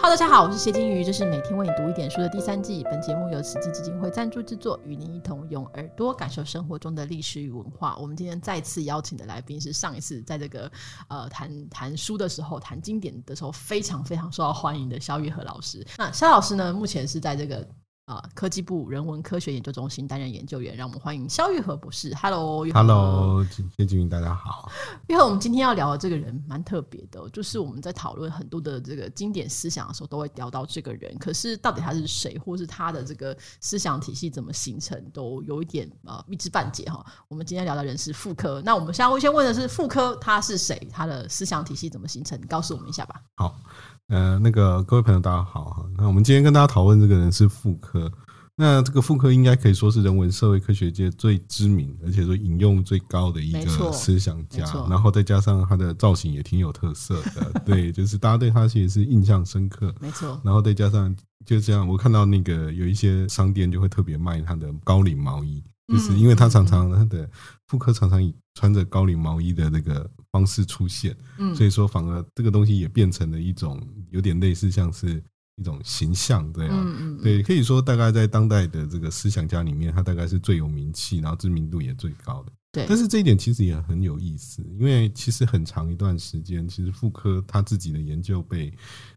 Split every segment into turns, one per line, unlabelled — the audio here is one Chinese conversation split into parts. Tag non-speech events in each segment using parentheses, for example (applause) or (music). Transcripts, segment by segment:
大家好，我是谢金鱼，这是每天为你读一点书的第三季。本节目由慈济基金会赞助制作，与您一同用耳朵感受生活中的历史与文化。我们今天再次邀请的来宾是上一次在这个呃谈谈书的时候，谈经典的时候非常非常受到欢迎的肖玉和老师。那肖老师呢，目前是在这个呃科技部人文科学研究中心担任研究员。让我们欢迎肖玉和博士。Hello，玉和
Hello，谢金云，大家好。
因为我们今天要聊的这个人蛮特别的哦、就是我们在讨论很多的这个经典思想的时候，都会聊到这个人。可是到底他是谁，或是他的这个思想体系怎么形成，都有一点呃一知半解哈、我们今天聊的人是傅科，那我们现在先问的是傅科他是谁，他的思想体系怎么形成？你告诉我们一下吧。
好，呃，那个各位朋友，大家好哈。那我们今天跟大家讨论这个人是妇科，那这个妇科应该可以说是人文社会科学界最知名，而且说引用最高的一
没错
个思想家
没错。
然后再加上他的造型也挺有特色
(laughs)
的，对，就是大家对他其实是印象深刻。
没错，
然后再加上就这样，我看到那个有一些商店就会特别卖他的高领毛衣，
嗯
就是因为他常常他的妇科常常以穿着高领毛衣的那个方式出现，
嗯
所以说反而这个东西也变成了一种有点类似像是一种形象这样。
嗯嗯，
对，可以说大概在当代的这个思想家里面，他大概是最有名气，然后知名度也最高的。
对
但是这一点其实也很有意思，因为其实很长一段时间，其实妇科他自己的研究被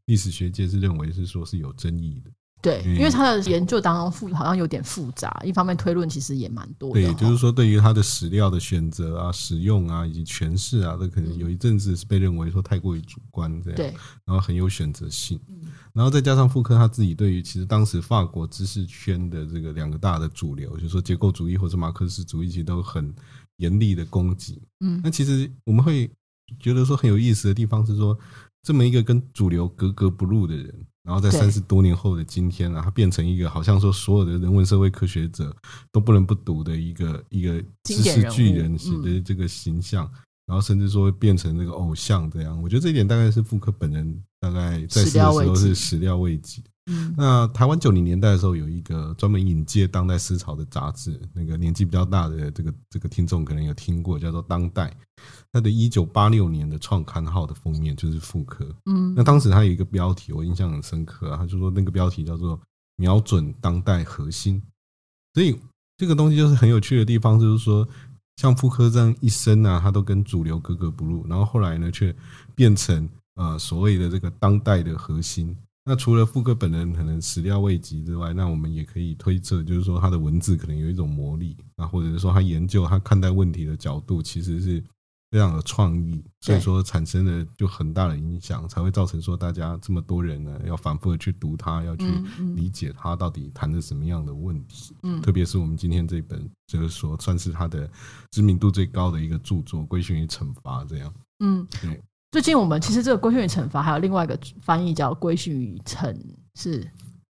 历史学界是认为是说是有争议的。
对，
嗯
因为他的研究当中复好像有点复杂，一方面推论其实也蛮多的
对，
哦，
就是说对于它的史料的选择啊、使用啊以及诠释啊，这可
嗯
能有一阵子是被认为说太过于主观这样，
对，
然后很有选择性。
嗯
然后再加上傅科他自己对于其实当时法国知识圈的这个两个大的主流，就是说结构主义或是马克思主义，其实都很严厉的攻击。
嗯
那其实我们会觉得说很有意思的地方是说，这么一个跟主流格格不入的人，然后在
对
三十多年后的今天啊，他变成一个好像说所有的人文社会科学者都不能不读的一个一个知
经典
识
人物
巨人
嗯
型的这个形象。然后甚至说会变成那个偶像这样，我觉得这一点大概是傅科本人大概在世
始料
的
未
时候
及
是始料未及。
嗯
那台湾九零年代的时候，有一个专门引介当代思潮的杂志，那个年纪比较大的这个这个听众可能有听过，叫做《当代》。它的一九八六年的创刊号的封面就是妇科。
嗯
那当时它有一个标题，我印象很深刻啊，他就说那个标题叫做“瞄准当代核心”。所以这个东西就是很有趣的地方，就是说，像妇科这样一生啊，他都跟主流格格不入，然后后来呢，却变成呃所谓的这个当代的核心。那除了妇科本人可能始料未及之外，那我们也可以推测，就是说他的文字可能有一种魔力，啊，或者是说他研究他看待问题的角度其实是非常有创意，所以说产生了就很大的影响，才会造成说大家这么多人呢要反复的去读它，要去
嗯嗯
理解它到底谈的什么样的问题。
嗯
特别是我们今天这本，就是说算是他的知名度最高的一个著作《规训与惩罚》这样。
嗯
对，
最近我们其实这个规训与惩罚还有另外一个翻译叫规训与惩是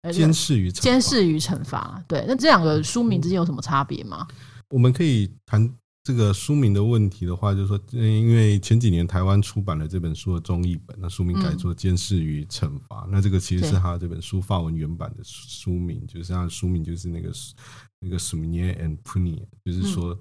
呃
监视与惩罚
监，视与惩罚。对，那这两个书名之间有什么差别吗？
我们可以谈这个书名的问题的话，就是说，呃因为前几年台湾出版了这本书的中译本，那书名改作《监视与惩罚》，那这个其实是
对
他这本书法文原版的书名，就是他的书名就是那个那个 s u m i e r and punir，就是
嗯
说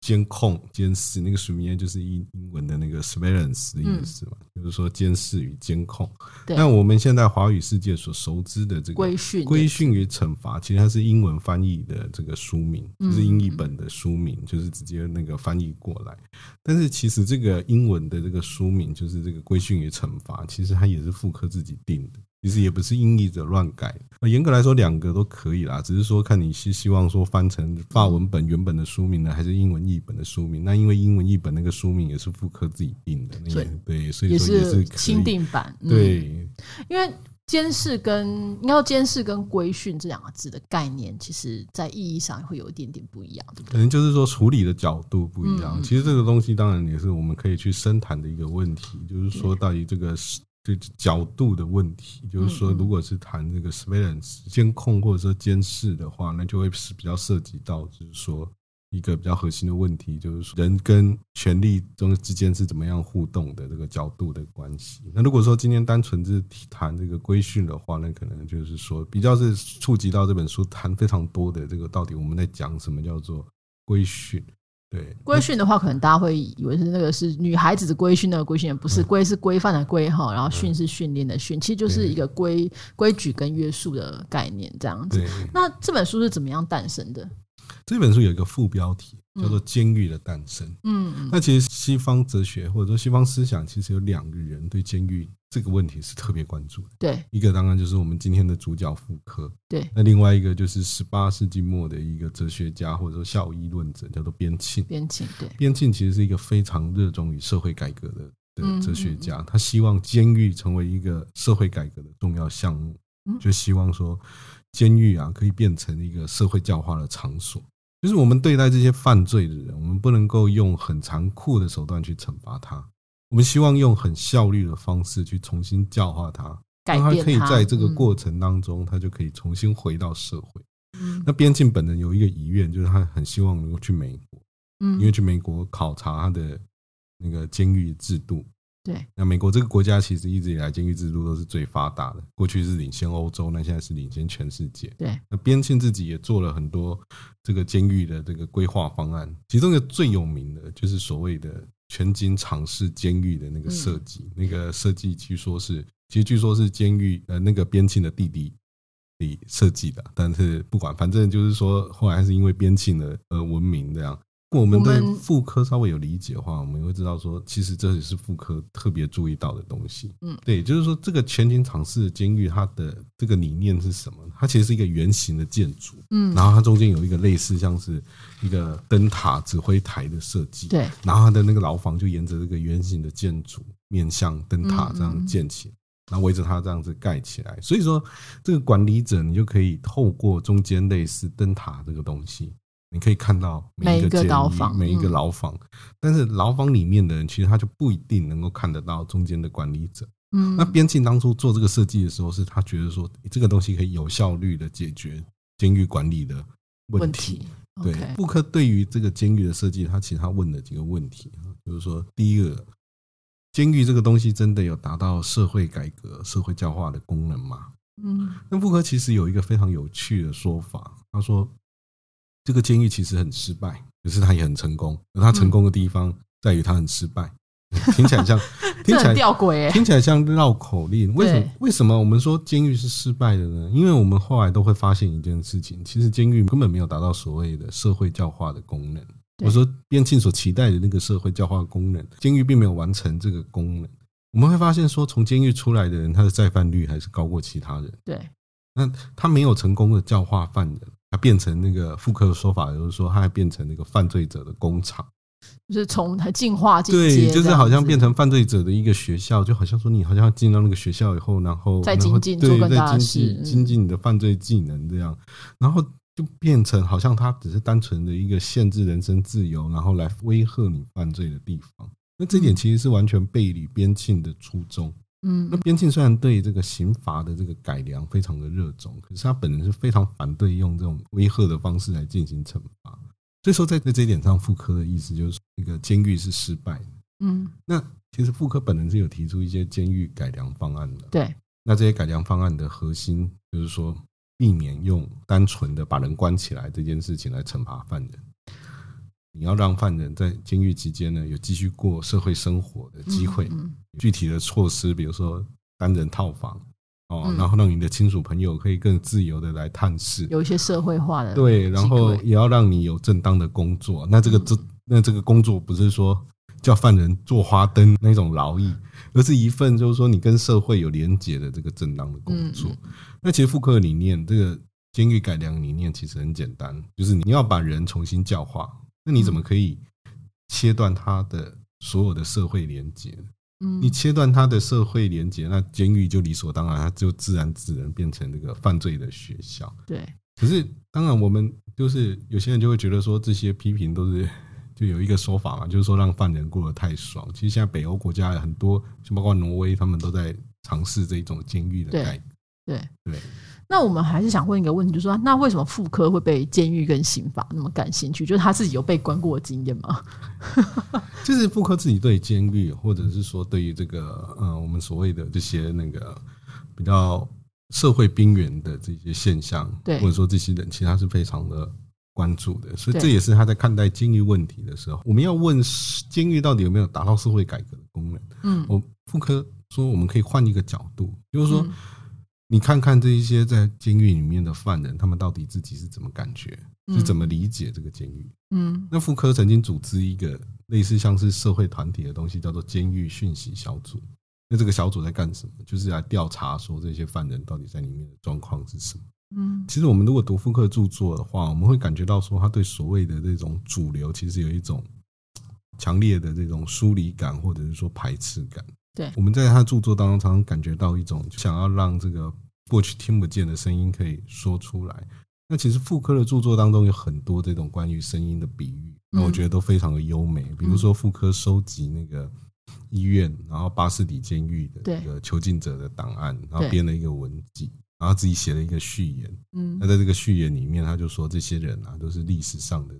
监控、监视。那个 s u m i e r 就是英英文的那
嗯
个 surveillance 的意思嘛，就是说监视与监控。
对
那我们现在华语世界所熟知的这个
规训
规训与惩罚，其实它是英文翻译的这个书名，
嗯
就是英译本的书名，就是直接那个翻译过来。但是其实这个英文的这个书名，就是这个规训与惩罚，其实它也是妇科自己定的。其实也不是音译者乱改，呃严格来说两个都可以啦，只是说看你是希望说翻成法文本原本的书名呢，还是英文译本的书名。那因为
嗯
英文译本那个书名也是妇科自己定的，那
所以
也对，所以
也
说也
是
是可
钦
以，
定版，嗯，
对，
因为。监视跟应该说监视跟规训这两个字的概念，其实在意义上会有一点点不一样，对不
可
对？
能就是说处理的角度不一样。
嗯嗯
其实这个东西当然也是我们可以去深谈的一个问题，就是说到底这个是这角度的问题，就是
嗯
说
嗯嗯
如果是谈这个 surveillance 监控或者说监视的话，那就会是比较涉及到就是说。一个比较核心的问题就是说，人跟权力中之间是怎么样互动的这个角度的关系。那如果说今天单纯是谈这个规训的话，那可能就是说比较是触及到这本书谈非常多的这个到底我们在讲什么叫做规训。对，
规训的话，可能大家会以为是那个是女孩子的规训，那个规训也
嗯
不是规是规范的规哈，然后训是训练的训，其实就是一个规规矩跟约束的概念这样子。
对，
那这本书是怎么样诞生的？
这本书有一个副标题
嗯
叫做《监狱的诞生》。
嗯嗯
那其实西方哲学或者说西方思想，其实有两个人对监狱这个问题是特别关注的。
对
一个当然就是我们今天的主角傅科，
对，
那另外一个就是十八世纪末的一个哲学家或者说效益论者，叫做边沁。
边境对
边沁其实是一个非常热衷于社会改革的
嗯
的哲学家，他希望监狱成为一个社会改革的重要项目
嗯，
就希望说监狱啊可以变成一个社会教化的场所。就是我们对待这些犯罪的人，我们不能够用很残酷的手段去惩罚他，我们希望用很效率的方式去重新教化他，
改
让他
变
可以在这个
嗯
过程当中，他就可以重新回到社会。
嗯
那边境本人有一个遗愿，就是他很希望能够去美国。
嗯
因为去美国考察他的那个监狱制度。
对
那美国这个国家其实一直以来监狱制度都是最发达的，过去是领先欧洲，那现在是领先全世界。
对
那边沁自己也做了很多这个监狱的这个规划方案，其中一个最有名的就是所谓的全景场式监狱的那个设
嗯
计，那个设计据说是，其实据说是监狱呃那个边沁的弟弟。里设计的，但是不管，反正就是说，后来还是因为边沁的而闻名这样。如果我们
我
对
们
妇科稍微有理解的话，我们会知道说，其实这也是妇科特别注意到的东西。
嗯
对，就是说这个全景场式的监狱，它的这个理念是什么？它其实是一个圆形的建筑，
嗯
然后它中间有一个类似像是一个灯塔、指挥台的设计，，
对
然后它的那个牢房就沿着这个圆形的建筑面向灯塔
嗯
这
嗯
样
嗯
建起来，然后围着它这样子盖起来。所以说，这个管理者你就可以透过中间类似灯塔这个东西。你可以看到每
每
一
一
个
个
监狱
牢房
每一个
嗯
牢房，但是牢房里面的人其实他就不一定能够看得到中间的管理者。
嗯
那边沁当初做这个设计的时候，是他觉得说诶这个东西可以有效率的解决监狱管理的问
问
题。
题
对
OK，
布克对于这个监狱的设计，他其实他问了几个问题啊，就是说，第一个，监狱这个东西真的有达到社会改革、社会教化的功能吗？
嗯
那布克其实有一个非常有趣的说法，他说，这个监狱其实很失败，可是他也很成功，而他成功的地方在于他很失败。 (laughs) 听起
(laughs)
来像，听
这
起来
很吊诡哎
听起来像绕口令。为什么
对？
为什么我们说监狱是失败的呢？因为我们后来都会发现一件事情，其实监狱根本没有达到所谓的社会教化的功能。
对
我说边沁所期待的那个社会教化功能，监狱并没有完成这个功能。我们会发现说，从监狱出来的人，他的再犯率还是高过其他人。
对
那他没有成功的教化犯人，他变成那个妇科的说法，就是说他还变成那个犯罪者的工厂。
就是从它进化进阶
对，就是好像
这样子
变成犯罪者的一个学校，就好像说你好像要进到那个学校以后，然后
再
然
精
后
进
对
做更
再
大的
精进
事
精
嗯
进你的犯罪技能这样，然后就变成好像他只是单纯的一个限制人身自由，然后来威吓你犯罪的地方。那这点其实是完全背离边沁的初衷。那
嗯
边沁虽然对这个刑罚的这个改良非常的热衷，可是他本人是非常反对用这种威吓的方式来进行惩罚。所以说，在在这一点上，妇科的意思就是说那个监狱是失败的。
嗯
那其实妇科本人是有提出一些监狱改良方案的。
对
那这些改良方案的核心就是说，避免用单纯的把人关起来这件事情来惩罚犯人。你要让犯人在监狱期间呢，有继续过社会生活的机会。
嗯
具体的措施，比如说单人套房哦
嗯，
然后让你的亲属朋友可以更自由的来探视。
有一些社会化的
对，然后
机会嗯
也要让你有正当的工作。那这个这那这个工作不是说叫犯人做花灯那种劳役，而是一份就是说你跟社会有连结的这个正当的工作。
嗯
那其实复刻的理念，这个监狱改良的理念其实很简单，就是你要把人重新教化。那你怎么可以切断他的所有的社会连结呢？
嗯
你切断他的社会连接，那监狱就理所当然，他就自然自然变成那个犯罪的学校。
对
可是，当然我们就是有些人就会觉得说，这些批评都是 (laughs) 就有一个说法嘛，就是说让犯人过得太爽。其实现在北欧国家有很多，就包括挪威，他们都在尝试这种监狱的
对
概念。
对。
对，
那我们还是想问一个问题，就是说，那为什么妇科会被监狱跟刑法那么感兴趣？就是他自己有被关过的经验吗？
就是妇科自己对监狱，或者是说对于这个呃，我们所谓的这些那个比较社会边缘的这些现象，
对
或者说这些人，其实他是非常的关注的，所以
对
这也是他在看待监狱问题的时候，我们要问是监狱到底有没有达到社会改革的功能。
(laughs) 嗯
我妇科说，我们可以换一个角度，就是说
嗯，
你看看这一些在监狱里面的犯人，他们到底自己是怎么感觉，是怎
么
么理解这个监狱。
嗯
那妇科曾经组织一个类似像是社会团体的东西，叫做监狱讯息小组。那这个小组在干什么？就是来调查说这些犯人到底在里面的状况是什么。
嗯
其实我们如果读妇科著作的话，我们会感觉到说他对所谓的这种主流，其实有一种强烈的这种疏离感，或者是说排斥感。
对
我们在他的著作当中常常感觉到一种想要让这个过去听不见的声音可以说出来。那其实妇科的著作当中有很多这种关于声音的比喻，那
嗯
我觉得都非常的优美。比如说妇科收集那个医院，然后巴士底监狱的
对
那个囚禁者的档案，然后
对
编了一个文集，然后自己写了一个序言。
嗯
那在这个序言里面，他就说这些人啊，都是历史上的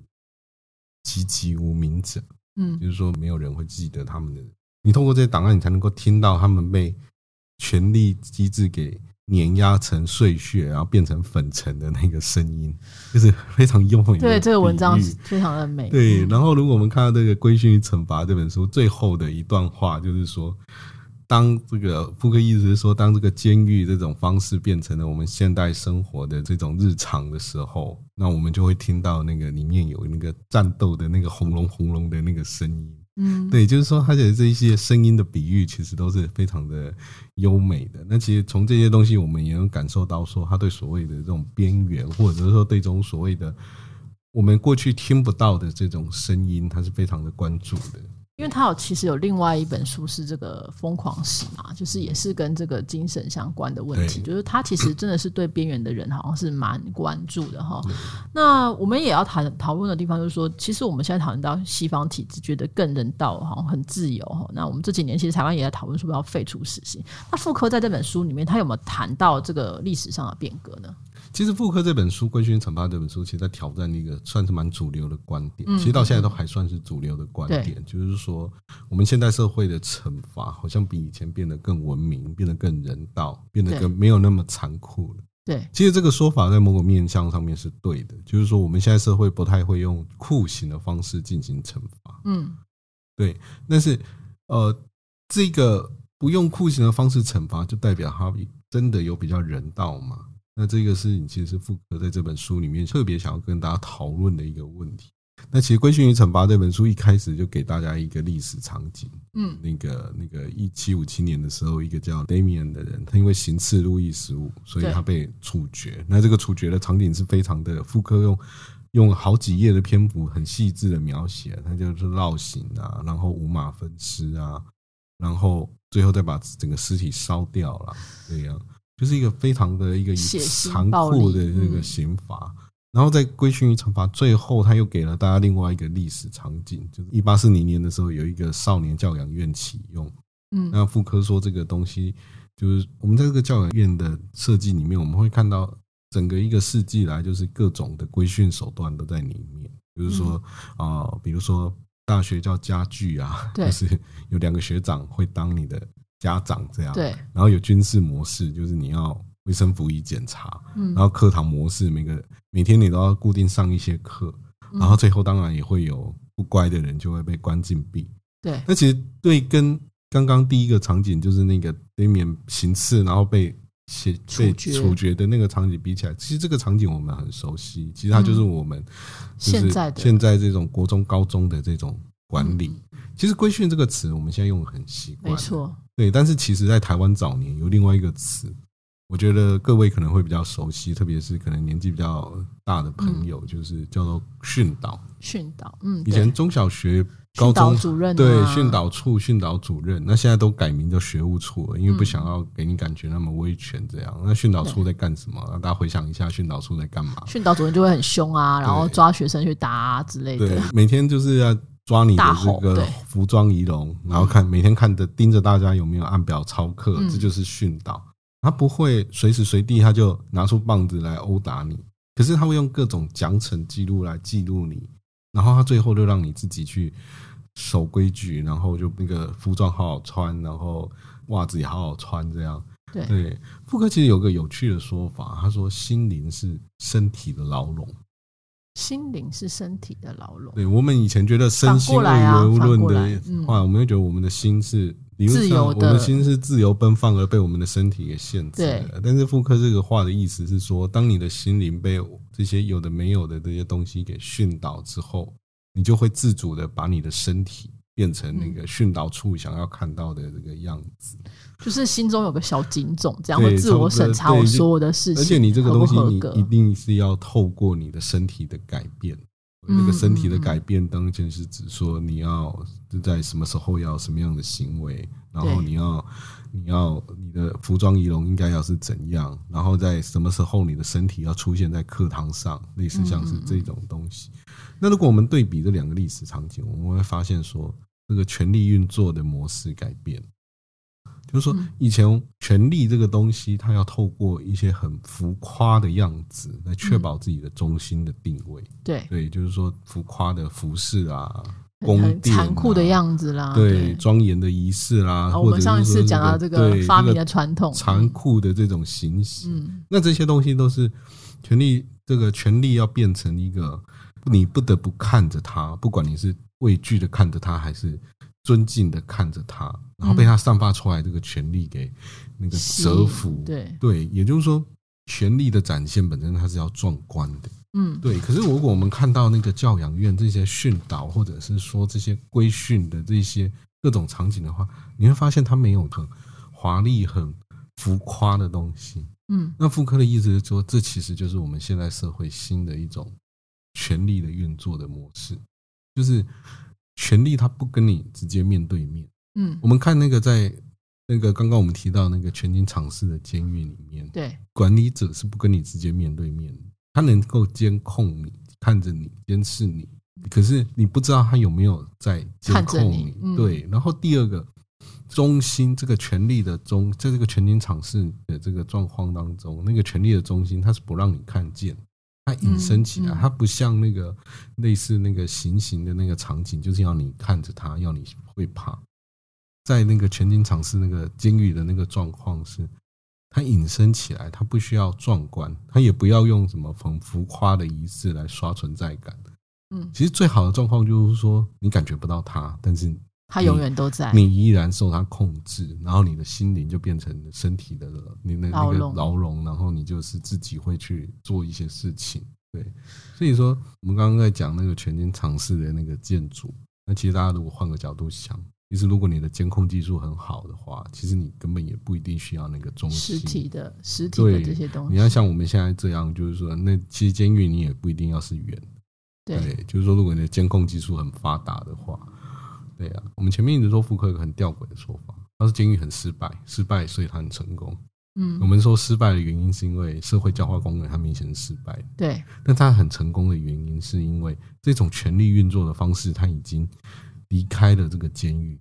籍籍无名者，
嗯
(laughs) 就是说没有人会记得他们的。你通过这些档案，你才能够听到他们被权力机制给碾压成碎屑，然后变成粉尘的那个声音，就是非常优美的比喻。
对，这个文章是非常的美。
对，
嗯
然后如果我们看到这个《规训与惩罚》这本书最后的一段话，就是说，当这个布克意思是说，当这个监狱这种方式变成了我们现代生活的这种日常的时候，那我们就会听到那个里面有那个战斗的那个轰隆轰隆的那个声音。
嗯
对，就是说，它的这一些声音的比喻，其实都是非常的优美的。那其实从这些东西，我们也能感受到，说他对所谓的这种边缘，或者是说对这种所谓的我们过去听不到的这种声音，他是非常的关注的。
因为他有其实有另外一本书是这个疯狂史嘛，就是也是跟这个精神相关的问题，
对
就是他其实真的是对边缘的人好像是蛮关注的哈。那我们也要谈讨论的地方就是说，其实我们现在讨论到西方体制，觉得更人道，好像很自由哈。那我们这几年其实台湾也在讨论说要废除死刑。那傅科在这本书里面，他有没有谈到这个历史上的变革呢？
其实傅科这本书《规训与惩罚》这本书，其实在挑战一个算是蛮主流的观点，其实到现在都还算是主流的观点，就是说我们现代社会的惩罚好像比以前变得更文明，变得更人道，变得
对
更没有那么残酷了。
对，
其实这个说法在某种面向上面是对的，就是说我们现在社会不太会用酷刑的方式进行惩罚，
嗯
但是呃，这个不用酷刑的方式惩罚，就代表他真的有比较人道嘛？那这个是你其实是傅科在这本书里面特别想要跟大家讨论的一个问题。那其实《规训与惩罚》这本书一开始就给大家一个历史场景，
嗯
那个那个一七五七年的时候，一个叫 Damian 的人，他因为行刺路易十五，所以
对
他被处决。那这个处决的场景是非常的，妇科用用好几页的篇幅，很细致的描写，他就是绕行啊，然后五马分尸啊，然后最后再把整个尸体烧掉了，这样就是一个非常的一个
血腥
残
暴力
酷的这个
嗯
刑罚。然后在规训与惩罚最后，他又给了大家另外一个历史场景，就是一八四零年的时候，有一个少年教养院启用。
嗯
那妇科说这个东西，就是我们在这个教养院的设计里面，我们会看到整个一个世纪来，就是各种的规训手段都在里面，比如说啊、呃比如说大学叫家具啊，
嗯对
就是有两个学长会当你的家长这样，
对，
然后有军事模式，就是你要卫生服仪检查，
嗯
然后课堂模式，每个每天你都要固定上一些课，
嗯
然后最后当然也会有不乖的人就会被关禁闭。
对
那其实对跟刚刚第一个场景就是那个 Damian 行刺，然后被写
处
被
决
处决的那个场景比起来，其实这个场景我们很熟悉，其实它就是我们、就是
嗯现在的嗯
现在这种国中高中的这种管理。其实“规训”这个词我们现在用的很习惯，
没错，
对，但是其实，在台湾早年有另外一个词，我觉得各位可能会比较熟悉，特别是可能年纪比较大的朋
嗯
友，就是叫做训导。
训导，嗯，
以
对
前中小学、高
训导
中
主任、啊、
对训导处、训导主任，那现在都改名叫学务处了，因
嗯
为不想要给你感觉那么威权这样。那训导处在干什么？让大家回想一下，训导处在干嘛？
训导主任就会很凶啊，然后抓学生去打啊之类
对
的。，
每天就是要抓你的
大
这
吼
个
对
服装仪容，然后看每天看着盯着大家有没有按表操课，
嗯
这就是训导。他不会随时随地他就拿出棒子来殴打你，可是他会用各种奖惩记录来记录你，然后他最后就让你自己去守规矩，然后就那个服装好好穿，然后袜子也好好穿，这样。
对
对，妇科其实有个有趣的说法，他说心灵是身体的牢笼。
心灵是身体的牢笼，
对我们以前觉得身
反
心
过来啊
二元论
反过
的
来嗯
话，我们会觉得我们的心是理论
自
上
由
我
的
们的心是自由奔放而被我们的身体给限制的。但是妇科这个话的意思是说，当你的心灵被这些有的没有的这些东西给训导之后，你就会自主的把你的身体变成那
嗯
个训导处想要看到的这个样子。
就是心中有个小警种，这样
对
会自我审
差
查
不多
我
对
所有的事情，
而且你这个东西，
合不合
你
格
一定是要透过你的身体的改变。
嗯
这个身体的改变，当然是指说你要是在什么时候要什么样的行为，然后
对
你要你要你的服装仪容应该要是怎样，然后在什么时候你的身体要出现在课堂上，类似像是这种东西。那如果我们对比这两个历史场景，我们会发现说，这个权力运作的模式改变。就是说
嗯，
以前权力这个东西，它要透过一些很浮夸的样子来确保自己的中心的定位。
对
对，就是说浮夸的服饰啊，
很
宫
很
殿、啊
残酷的，样子啦，
对，庄严的仪式啦，
啊好
或
我们
者
上一
是说
次讲到这个
对
发明
这
的
个
传统，
残酷的这种形式，
嗯，
那这些东西都是权力，这个权力要变成一个你不得不看着它，不管你是畏惧的看着它，还是尊敬的看着它，然后被它散发出来这个权力给那个
吸
折
引
服，
对，
对，也就是说，权力的展现本身它是要壮观的。
嗯，
对，可是如果我们看到那个教养院这些训导，或者是说这些规训的这些各种场景的话，你会发现它没有很华丽、很浮夸的东西。
嗯，
那妇科的意思是说，这其实就是我们现在社会新的一种权力的运作的模式，就是权力它不跟你直接面对面。
嗯，
我们看那个在那个刚刚我们提到那个全景场式的监狱里面，
对，
管理者是不跟你直接面对面的，他能够监控你，看着你，监视你，可是你不知道他有没有在监
看着
控
你嗯
对，然后第二个，中心这个权力的中，在这个全景场式的这个状况当中，那个权力的中心，它是不让你看见。它隐身起
嗯
来，
嗯
它不像那个类似那个行刑的那个场景，就是要你看着它，要你会怕。在那个全景场是那个监狱的那个状况是，它隐身起来，它不需要壮观，它也不要用什么很浮夸的仪式来刷存在感。
嗯，
其实最好的状况就是说，你感觉不到它，但是
他永远都在，
你依然受它控制，然后你的心灵就变成身体的你的那
牢
个
笼
牢笼，然后你就是自己会去做一些事情。对，所以说我们刚刚在讲那个全景尝试的那个建筑，那其实大家如果换个角度想，其实如果你的监控技术很好的话，其实你根本也不一定需要那个中
实
心
体的实体的
对
这些东
你
西，
要像我们现在这样，就是说，那其实监狱你也不一定要是圆，
对，
就是说，如果你的监控技术很发达的话，对啊，我们前面一直说妇科有个很吊诡的说法，他说监狱很失败，失败所以它很成功。
嗯
我，们说失败的原因是因为社会教化功能它明显是失败的，
对，
但它很成功的原因是因为这种权力运作的方式，它已经离开了这个监狱，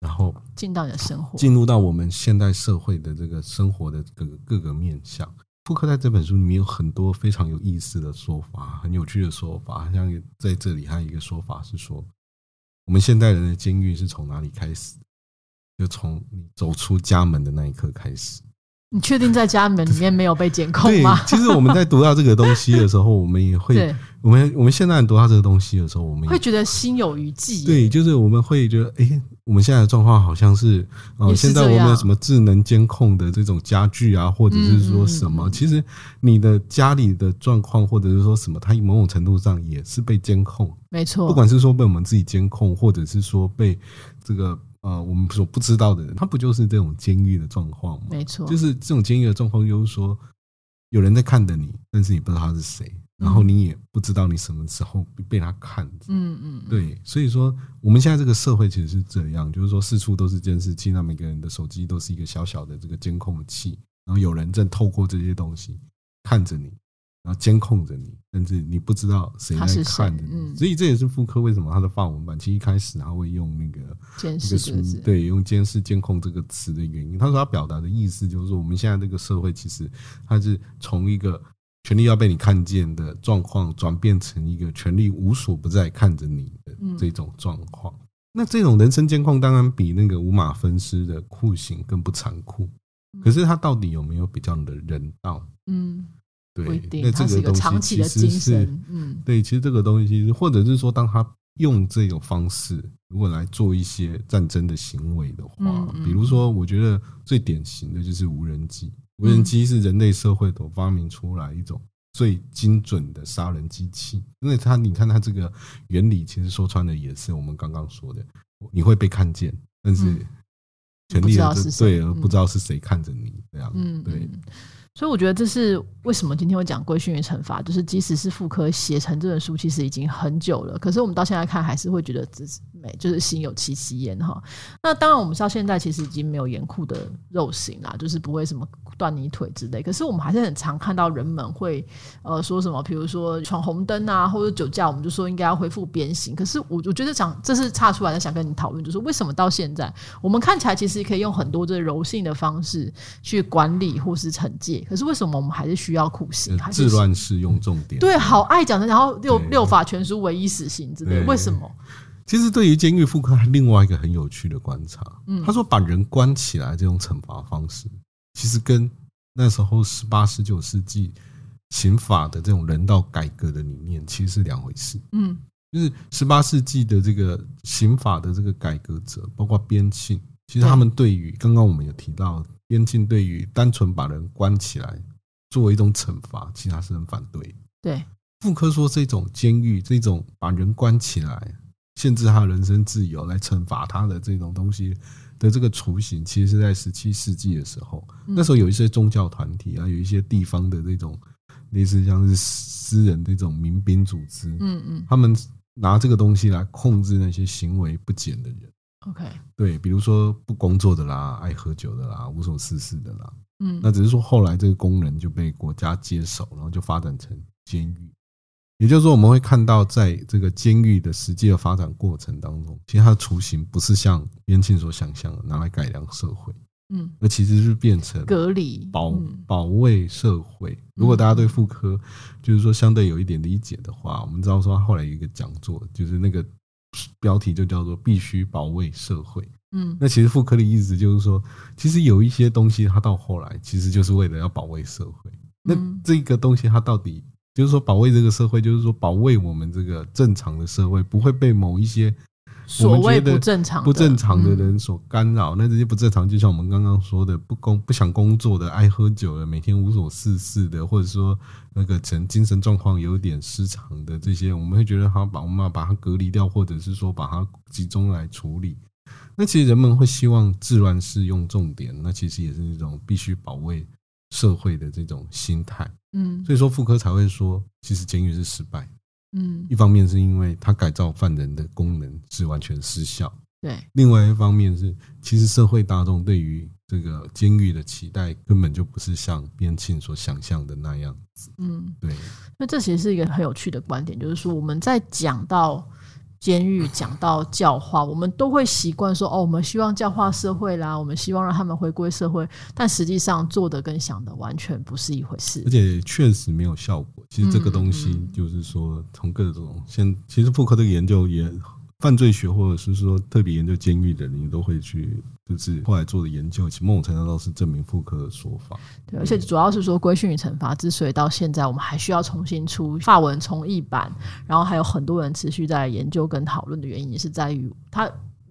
然后
进到你的生活，
进入到我们现代社会的这个生活的各个各个面向。傅科在这本书里面有很多非常有意思的说法，很有趣的说法。像在这里还有一个说法是说，我们现代人的监狱是从哪里开始？就从你走出家门的那一刻开始。
你确定在家门里面没有被监控
对
吗？，
其实我们在读到这个东西的时候，我们也会
对，，
我们我们现在人读到这个东西的时候，我们也
会觉得心有余悸，
对，，就是我们会觉得，哎、我们现在的状况好像是，
也
呃，
是
现
这
在我们有
样
什么智能监控的这种家具啊，或者是说什么，
嗯嗯嗯嗯
其实你的家里的状况，或者是说什么，它某种程度上也是被监控，
没错，
不管是说被我们自己监控，或者是说被这个呃我们所不知道的人，他不就是这种监狱的状况吗？
没错，
就是这种监狱的状况，就是说有人在看着你，但是你不知道他是谁，然后
嗯
你也不知道你什么时候被他看着。
嗯嗯，嗯，
对，所以说我们现在这个社会其实是这样，就是说四处都是监视器，那每个人的手机都是一个小小的这个监控器，然后有人正透过这些东西看着你，然后监控着你，但是你不知道谁
他
在
是
看
谁
着你，
嗯
所以这也是妇科为什么他的法文版其实一开始他会用那个
监
这
视这
个
个
词
字，
对用监视监控这个词的原因。他说他表达的意思就是说，我们现在这个社会其实它是从一个权力要被你看见的状况，转变成一个权力无所不在看着你的
嗯
这种状况。那这种人身监控当然比那个五马分尸的酷刑更不残酷，可是它到底有没有比较的人道？
嗯，
对
不一，定，
那
它
这
是一个
东
长
西
期
其
的
实
精
是
神，嗯，
对，其实这个东西其实，或者是说，当他用这种方式，如果来做一些战争的行为的话，
嗯嗯嗯
比如说，我觉得最典型的就是无人机。无人机是人类社会所发明出来一种最精准的杀人机器，因为它，你看它这个原理，其实说穿了也是我们刚刚说的，你会被看见，但是
嗯
权
不
力
知
而
道是
是
谁
对，而
嗯
不知道是谁看着你这样，
嗯，
对。
嗯所以我觉得这是为什么今天会讲规训与惩罚，就是即使是妇科写成这本书，其实已经很久了，可是我们到现在看还是会觉得只是美，就是心有戚戚焉哈。那当然，我们知道现在其实已经没有严酷的肉刑啦，就是不会什么断你腿之类，可是我们还是很常看到人们会呃说什么，比如说闯红灯啊，或者酒驾，我们就说应该要恢复鞭刑。可是我我觉得想这是岔出来的，想跟你讨论，就是为什么到现在我们看起来其实可以用很多这柔性的方式去管理或是惩戒，可是为什么我们还是需要酷刑？还是
治呃嗯乱世用重点，
对，好爱讲的，然后六
对
六法全书唯一死刑之类，
对
为什么？
其实对于监狱复刻，还另外一个很有趣的观察，
嗯
他说把人关起来这种惩罚方式，其实跟那时候十八、十九世纪刑法的这种人道改革的理念其实是两回事。
嗯
就是十八世纪的这个刑法的这个改革者，包括边沁，其实他们对于刚刚我们有提到边沁对于单纯把人关起来作为一种惩罚，其实他是很反对的。
对，
妇科说这种监狱，这种把人关起来，限制他人身自由，来惩罚他的这种东西的这个雏形，其实是在十七世纪的时候，那时候有一些宗教团体啊，有一些地方的这种类似像是私人这种民兵组织，
嗯嗯
他们拿这个东西来控制那些行为不检的人。
，OK，
对，比如说不工作的啦，爱喝酒的啦，无所事事的啦，
嗯
那只是说后来这个工人就被国家接手，然后就发展成监狱。也就是说，我们会看到，在这个监狱的实际的发展过程当中，其实它的雏形不是像边沁所想象的拿来改良社会，
嗯，
而其实是变成
隔离
保
嗯
保卫社会。如果大家对妇科就是说相对有一点理解的话，我们知道说他后来有一个讲座，就是那个标题就叫做“必须保卫社会”。
嗯
那其实妇科的意思就是说，其实有一些东西它到后来其实就是为了要保卫社会。那
嗯
这个东西它到底就是说保卫这个社会，就是说保卫我们这个正常的社会不会被某一些我
所
们
谓
觉得
不正常的
不正常的
嗯
人所干扰。那这些不正常，就像我们刚刚说的，不工不想工作的，爱喝酒的，每天无所事事的，或者说那个成精神状况有点失常的这些，我们会觉得他把我们要把它隔离掉，或者是说把它集中来处理。 (laughs) 那其实人们会希望治乱世用重点，那其实也是一种必须保卫社会的这种心态。
嗯
所以说，妇科才会说，其实监狱是失败。
嗯
一方面是因为它改造犯人的功能是完全失效，
对
另外一方面是，其实社会大众对于这个监狱的期待根本就不是像边沁所想象的那样。
嗯。
对，
那这其实是一个很有趣的观点，就是说我们在讲到监狱、讲到教化，我们都会习惯说哦，我们希望教化社会啦，我们希望让他们回归社会，但实际上做的跟想的完全不是一回事
而。且确实没有效果。其实这个东西
嗯
就是说，从各种现，其实妇科这个研究也。呃犯罪学，或者是说特别研究监狱的人，你都会去，就是后来做的研究，其实某种程度上是证明妇科的说法。
对，而且主要是说规训与惩罚之所以到现在，我们还需要重新出法文重译版，然后还有很多人持续在研究跟讨论的原因，也是在于他。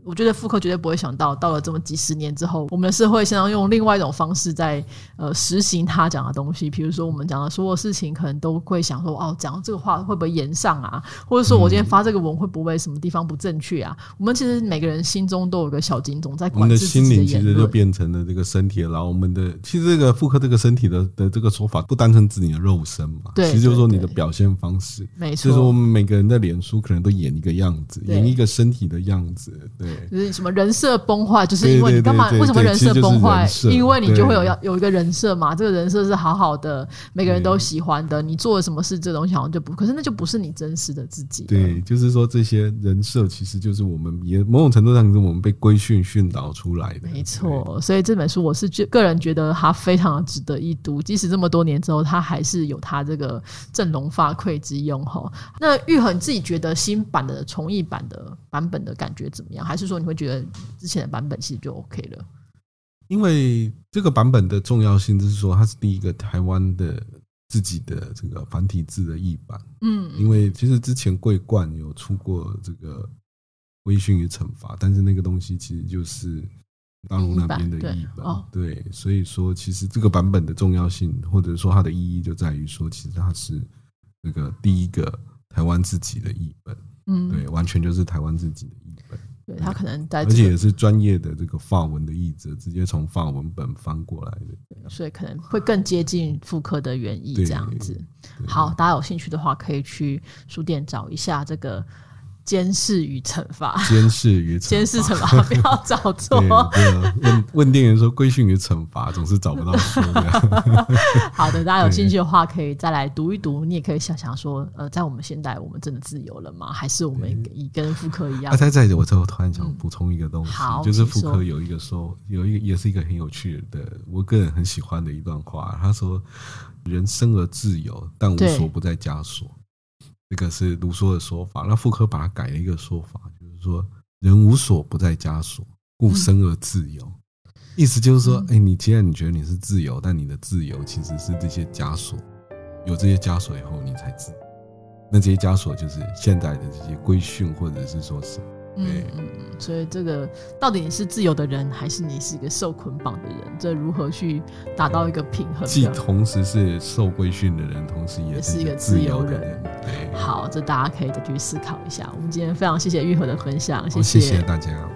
我觉得妇科绝对不会想到，到了这么几十年之后，我们的社会想要用另外一种方式在呃实行他讲的东西。比如说，我们讲的所有事情，可能都会想说，哦，讲这个话会不会延上啊？或者说我今天
嗯
发这个文会不会什么地方不正确啊？我们其实每个人心中都有个小警钟在
我
管
们的
制自己
心灵其
言
实就
论。
变成了这个身体，然后我们的其实这个妇科这个身体的的这个说法，不单纯指你的肉身嘛，
对
其实就是说你
对
的
对
表现方式。
没错，
所以说，我们每个人的脸书可能都演一个样子，
对
演一个身体的样子，对。
就是什么人设崩坏，就是因为你
对对
干嘛？
对对
为什么人设崩坏
其实就是人？设
因为你就会有
对
要有一个人设嘛，这个人设是好好的，每个人都喜欢的。你做了什么事，这东西好像就不，可是那就不是你真实的自己。，
对，就是说这些人设其实就是我们也某种程度上是我们被规训训导出来的，
没错。所以这本书我是觉个人觉得它非常的值得一读，即使这么多年之后，它还是有它这个振聋发聩之用哈。那玉恒自己觉得新版的重译版的版本的感觉怎么样？还是说你会觉得之前的版本其实就 OK 了？
因为这个版本的重要性就是说，它是第一个台湾的自己的这个繁体字的译版，
嗯，
因为其实之前桂冠有出过这个《微醺与惩罚》，但是那个东西其实就是大陆那边的
译
译
版对
版
哦，
对，所以说其实这个版本的重要性，或者说它的意义，就在于说，其实它是这个第一个台湾自己的译本，
嗯，
对，完全就是台湾自己的译本，
对他可能在
而
这
且
个，
也是专业的这个法文的译者，直接从法文本翻过来的。
所以可能会更接近妇科的原意
对
这样子。
对
好，大家有兴趣的话，可以去书店找一下这个《监视与惩罚》。
监视
(laughs)
与
监视哦
惩
惩罚不要找错。
罚对对啊，问问店员说规训与惩罚总是找不到说的，
好的，大家有兴趣的话，可以再来读一读。你也可以想想说，呃，在我们现代，我们真的自由了吗？还是我们以跟妇科一样嗯
啊，？在这里我就突然想补充一个东西，
好
就是妇
请
科
说
有一个说有一个也是一个很有趣的，我个人很喜欢的一段话，他说：“人生而自由，但无
对
所不在枷锁。”这个是卢梭的说法，那妇科把它改了一个说法，就是说“人无所不在枷锁，
嗯
故生而自由”意思就是说，哎、你既然你觉得你是自由，但你的自由其实是这些枷锁，有这些枷锁以后，你才自由。那这些枷锁就是现代的这些规训，或者是说是
嗯
对
嗯嗯。所以这个到底你是自由的人，还是你是一个受捆绑的人？这如何去达到一个平衡？
既同时是受规训的人，同时也是一个自由的人。对，
哦好，这大家可以再去思考一下。我们今天非常谢谢玉和的分享，
好，谢谢大家。